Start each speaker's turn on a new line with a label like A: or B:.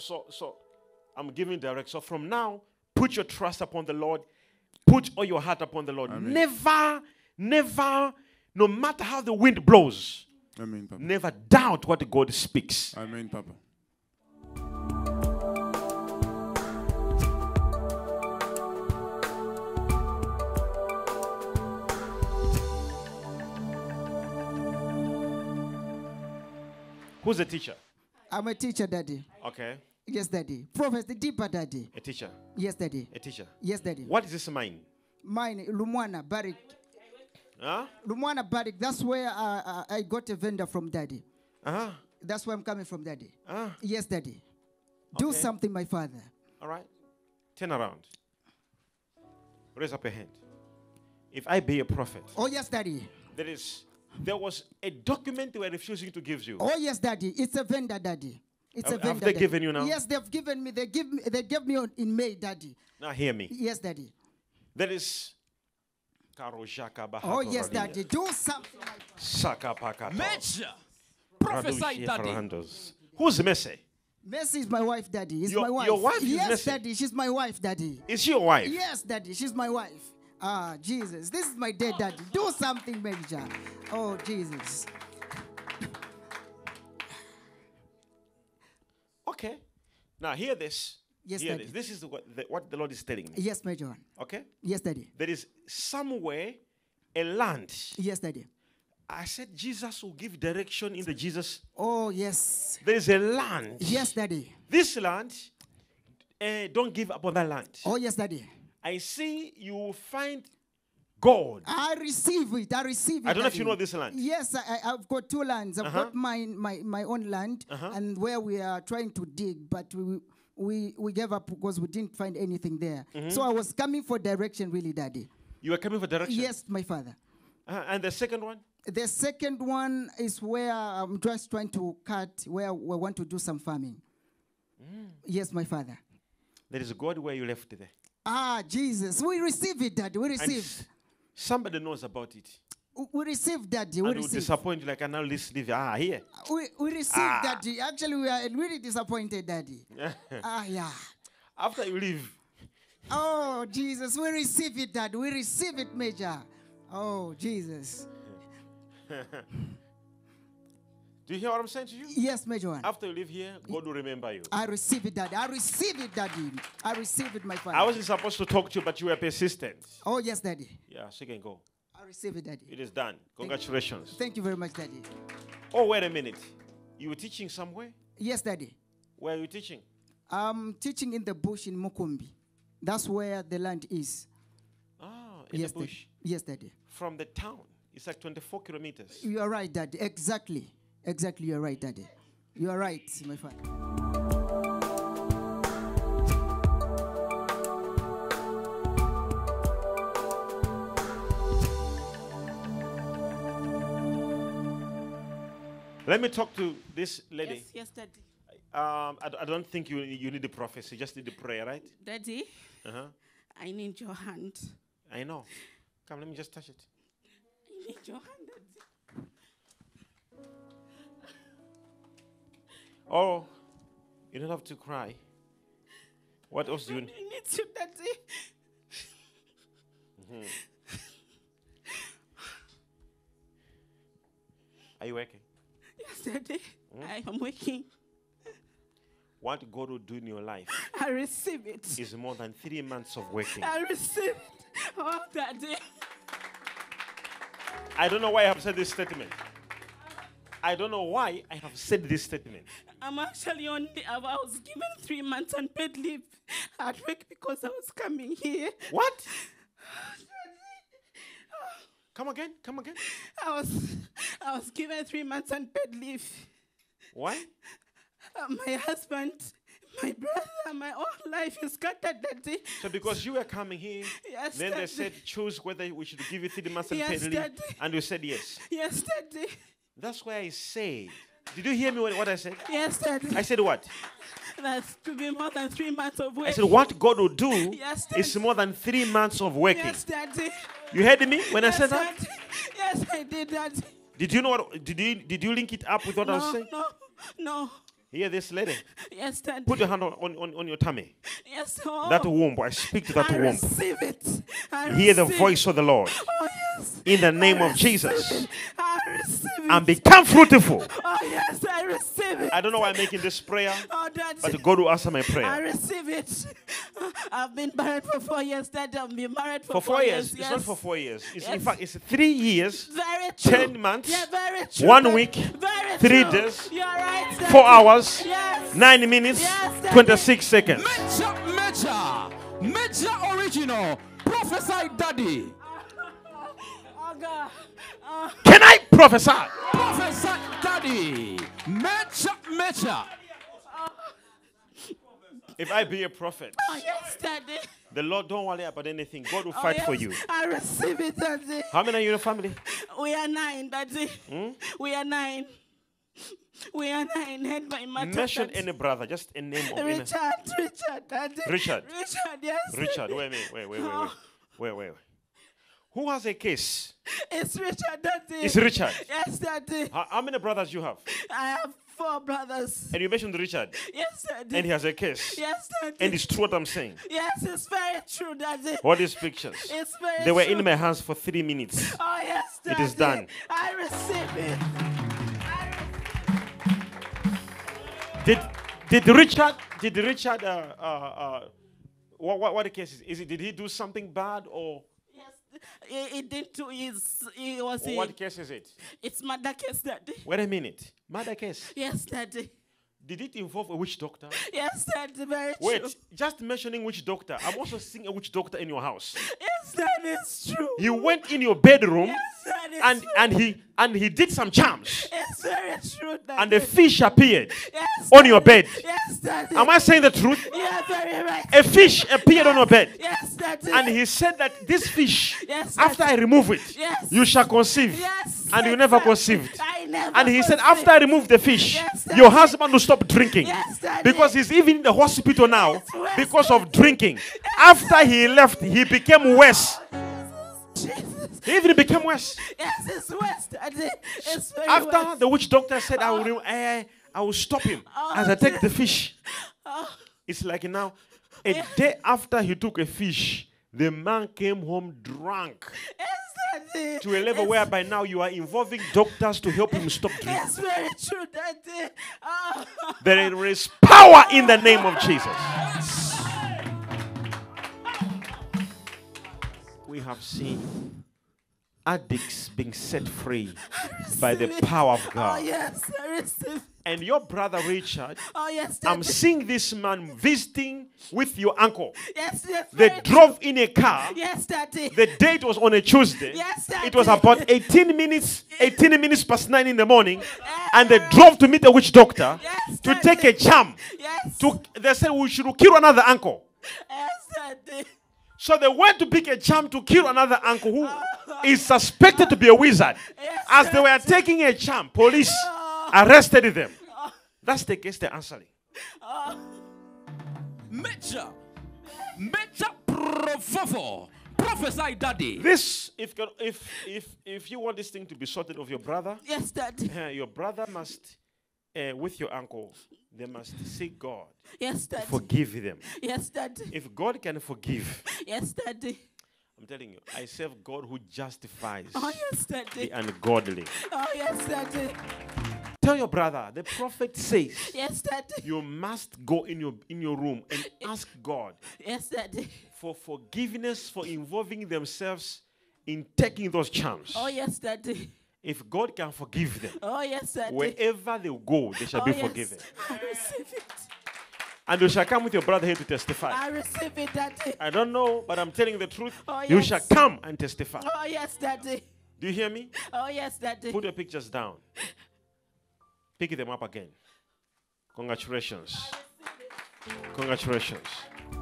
A: So, so I'm giving direction. So from now, put your trust upon the Lord. Put all your heart upon the Lord. Never, never, no matter how the wind blows,
B: Amen, Papa.
A: never doubt what God speaks.
C: Uh.
B: Amen, Papa.
A: Who's the teacher?
C: I'm a teacher, Daddy.
A: Okay.
C: Yes, Daddy. Prophecy deeper, Daddy.
A: A teacher.
C: Yes, Daddy.
A: A teacher.
C: Yes, Daddy.
A: What is this mine?
C: Mine, Lumwana Barik.
A: Huh?
C: Lumwana Barik. That's where uh, uh, I got a vendor from, Daddy.
A: Uh-huh.
C: That's where I'm coming from, Daddy.
A: Ah.
C: Yes, Daddy. Do
A: Okay.
C: something, my father.
A: All right. Turn around. Raise up your hand. If I be a prophet,
C: Oh, yes, Daddy.
A: there is there was a document they were refusing to give you.
C: Oh, yes, Daddy. It's a vendor, Daddy. It's a
A: Have-
C: vendor.
A: have they
C: Daddy.
A: given you now?
C: Yes, they've given me. They give me. They gave me on, in May, Daddy.
A: Now hear me.
C: Yes, Daddy.
A: There is Karojaka
C: Oh, yes, Daddy. Do something.
A: Sakapaka.
D: Major. Prophesy, Daddy.
A: Who's Messi?
C: Mercy is my wife, Daddy. Is
A: Your-
C: my wife.
A: your wife is
C: yes,
A: Mercy?
C: Daddy. She's my wife, Daddy.
A: Is she your wife?
C: Yes, Daddy. She's my wife. Ah, Jesus. This is my dead daddy. Do something, Major. Oh, Jesus.
A: Okay. Now hear this.
C: Yes,
A: hear
C: Daddy.
A: this. This is what the, what the Lord is telling me.
C: Yes, Major.
A: Okay.
C: Yes, Daddy.
A: There is somewhere a land.
C: Yes, Daddy.
A: I said Jesus will give direction in the Jesus.
C: Oh, yes.
A: There is a land.
C: Yes, Daddy.
A: This land. eh, don't give up on that land.
C: Oh, yes, Daddy.
A: I see you will find God.
C: I receive it. I receive it.
A: I don't know if you
C: Daddy.
A: know this land.
C: Yes, I, I- I've got two lands. I've
A: Uh-huh.
C: got mine, my, my own land,
A: Uh-huh.
C: and where we are trying to dig, but we we, we gave up because we didn't find anything there.
A: Mm-hmm.
C: So I was coming for direction, really, Daddy.
A: You are coming for direction.
C: Yes, my father.
A: Uh-huh. And the second one.
C: The second one is where um, I'm just trying to cut, where we want to do some farming.
A: Mm.
C: Yes, my father.
A: There is God where you left there.
C: Ah, Jesus. We receive it, Daddy. We
A: And
C: receive.
A: s- somebody knows about it.
C: We receive, Daddy. We
A: and will
C: receive.
A: disappoint you like, and now let's leave. Ah, here.
C: We, we receive,
A: Ah.
C: Daddy. Actually, we are really disappointed, Daddy. ah, yeah.
A: After you leave,
C: Oh, Jesus. We receive it, Daddy. We receive it, Major. Oh, Jesus.
A: do you hear what I'm saying to you?
C: Yes, Major. One.
A: After you leave here, God will remember you.
C: I receive it, Daddy. I receive it, Daddy. I receive it, my father.
A: I wasn't supposed to talk to you, but you were persistent.
C: oh, yes, Daddy.
A: Yeah, so you can go.
C: I receive it, Daddy.
A: It is done. Congratulations.
C: Thank you very much, Daddy.
A: Oh, wait a minute. You were teaching somewhere?
C: Yes, Daddy.
A: Where are you teaching?
C: I'm teaching in the bush in Mukumbi. That's where the land is.
A: Ah, in
C: yes,
A: the bush.
C: Daddy. Yes, Daddy.
A: From the town. It's like 24 kilometers.
C: You are right, Daddy. Exactly. Exactly, you are right, Daddy. You are right, my father.
A: Let me talk to this lady.
E: Yes, yes, Daddy.
A: Um, I, d- I don't think you, you need the prophecy, you just need the prayer, right?
E: Daddy,
A: Uh huh.
E: I need your hand.
A: I know. Come, let me just touch it.
E: I need your hand, Daddy.
A: Oh, you don't have to cry. What else do you need?
E: I need you, Daddy.
A: Are you working?
E: Yes, Daddy.
A: Hmm?
E: I am waking.
A: What God will do in your life
E: I receive it.
A: is more than three months of working.
E: I receive it. Oh, Daddy.
A: I don't know why I have said this statement. I don't know why I have said this statement.
E: I'm actually on the, I was given three months on paid leave at work because I was coming here.
A: What? Come again? Come again?
E: I was, I was given three months on paid leave.
A: Why?
E: Uh, my husband, my brother, my whole life is scattered, Daddy.
A: So because you were coming here,
E: Yes,
A: then they
E: Daddy.
A: said choose whether we should give you three months and
E: Yes,
A: paid leave,"
E: Daddy.
A: and you said yes.
E: Yes, Daddy.
A: That's why I said. Did you hear me when- what I said?
E: Yes, Daddy.
A: I said what?
E: That's to be more than three months of work.
A: I said, what God will do
E: Yes,
A: is
E: Daddy.
A: more than three months of working.
E: Yes, Daddy.
A: You heard me when I
E: yes,
A: said that?
E: Daddy. Yes, I did, Daddy.
A: Did you know what? Did you did you link it up with what I was
E: no,
A: saying?
E: no, no.
A: Hear this lady.
E: Yes, Daddy.
A: Put your hand on, on, on- on your tummy.
E: Yes, oh.
A: That womb. I speak to that
E: I
A: womb.
E: receive it. I
A: Hear the
E: receive it.
A: voice of the Lord
E: Oh, yes.
A: in the name
E: I
A: of Jesus
E: receive it. I receive it.
A: and become fruitful.
E: oh, yes, I receive it.
A: I don't know why I'm making this prayer,
E: Oh, Daddy.
A: but God will answer my
E: I
A: prayer.
E: receive it. I've been married for four years, Daddy. I've been married for,
A: For four years. It's
E: yes.
A: not for four years. It's, In
E: Yes.
A: fact, it's three years,
E: Very true.
A: 10 months,
E: Yeah, very true.
A: one
E: Daddy.
A: week,
E: Very
A: three
E: true.
A: days,
E: You're right, Daddy.
A: four hours,
E: Yes.
A: nine minutes,
E: Yes, Daddy.
A: 26 seconds.
D: Major, major, major original. Prophesy, daddy.
E: Oh, God. Oh,
A: Can I prophesy?
D: Prophesy, daddy. Major, major.
A: If I be a prophet,
E: oh, yes, Daddy.
A: the Lord don't worry about anything. God will
E: Oh,
A: fight for
E: yes.
A: you.
E: I receive it, Daddy.
A: How many are you in your family?
E: We are nine, Daddy.
A: Hmm?
E: We are nine. We are nine. Head by mother.
A: Mention
E: Daddy.
A: any brother, just a name of any.
E: Richard, Richard, Daddy.
A: Richard.
E: Richard, yes.
A: Richard,
E: Daddy.
A: wait, wait, wait, wait, wait, wait,
E: Oh.
A: wait, wait. Who has a case?
E: It's Richard, Daddy.
A: It's Richard.
E: Yes, Daddy.
A: How, how many brothers you have?
E: I have four brothers.
A: And you mentioned Richard,
E: Yes, Daddy.
A: and he has a case.
E: yes, Daddy.
A: And it's true what I'm saying.
E: yes, it's very true, Daddy.
A: All these pictures,
E: It's very
A: they were
E: true.
A: in my hands for three minutes.
E: Oh, yes,
A: It
E: Daddy.
A: is done.
E: I receive it. I
A: Did did Richard? Did Richard? Uh, uh, uh, what, what what the case is? Is it did he do something bad or
E: re- yes. It didn't do his. It was
A: or what
E: it.
A: case is it?
E: It's murder case, Daddy.
A: Wait a minute, murder case.
E: Yes, Daddy.
A: Did it involve a witch doctor?
E: Yes, Daddy. Very
A: Wait,
E: true.
A: just mentioning witch doctor. I'm also seeing a witch doctor in your house.
E: Yes, that is true.
A: He went in your bedroom
E: Yes, that is
A: and
E: true.
A: and he and he did some charms
E: It's very true, Daddy.
A: and a fish appeared.
E: yes,
A: on your
E: Daddy.
A: bed.
E: Yes, Daddy.
A: Am I saying the truth?
E: You are very right.
A: A fish appeared on your bed
E: Yes, Daddy.
A: and he said that this fish,
E: Yes,
A: after I
E: Daddy.
A: remove it,
E: Yes.
A: you shall conceive.
E: Yes.
A: and you never
E: exactly.
A: conceived.
E: I never
A: And he said,
E: conceived.
A: after I remove the fish,
E: Yes, Daddy.
A: your husband will stop drinking.
E: Yes, Daddy.
A: because he's even in the hospital now
E: Yes, yes,
A: because of
E: Daddy.
A: drinking. After he left, he became worse.
E: Jesus.
A: He even became worse.
E: Yes, it's West. Daddy. It's very
A: After
E: West.
A: the witch doctor said, I will,
E: Oh.
A: rem- eh, I will stop him as I take the fish.
E: Oh.
A: It's like now, a day after he took a fish, the man came home drunk
E: Yes, Daddy.
A: to a level
E: It's-
A: where by now you are involving doctors to help him stop drinking.
E: It's very true, Daddy. Oh.
A: There is power in the name of Jesus. We have seen addicts being set free by the
E: Receive it.
A: power of
E: Oh,
A: God.
E: yes, I receive.
A: And your brother Richard,
E: Oh, yes, Daddy.
A: I'm seeing this man visiting with your uncle.
E: Yes, yes.
A: They
E: very true.
A: drove in a car.
E: Yes, Daddy.
A: The date was on a Tuesday.
E: Yes, sir.
A: it was about 18 minutes, 18 minutes past 9 in the morning. And they drove to meet a witch doctor
E: Yes,
A: to
E: sir.
A: take a charm.
E: yes.
A: To, they said, we should kill another uncle.
E: Yes, Daddy.
A: So they went to pick a charm to kill another uncle who is suspected to be a wizard.
E: Yes,
A: As they
E: sir.
A: were taking a charm, police arrested them. That's the case they're answering.
D: Major, major professor. Prophesy, daddy.
A: This, if, if, if, if you want this thing to be sorted of your brother,
E: Yes, Daddy.
A: Uh, your brother must, uh, with your uncle, they must seek God,
E: Yes, Daddy.
A: forgive them.
E: Yes, Daddy.
A: If God can forgive,
E: Yes, Daddy.
A: I'm telling you, I serve God who justifies
E: Oh, yes,
A: the
E: Daddy.
A: ungodly.
E: Oh, yes, Daddy.
A: Tell your brother, the prophet says,
E: Yes, Daddy.
A: you must go in your in your room and ask God
E: Yes, Daddy.
A: for forgiveness for involving themselves in taking those charms.
E: Oh, yes, Daddy.
A: If God can forgive them,
E: Oh, yes, Daddy.
A: wherever they go, they shall
E: oh,
A: be
E: yes.
A: forgiven.
E: I receive it.
A: And you shall come with your brother here to testify.
E: I receive it, Daddy.
A: I don't know, but I'm telling the truth.
E: Oh,
A: You
E: yes.
A: shall come and testify.
E: Oh, yes, Daddy.
A: Do you hear me?
E: Oh, yes, Daddy.
A: Put your pictures down. Pick them up again. Congratulations. Congratulations.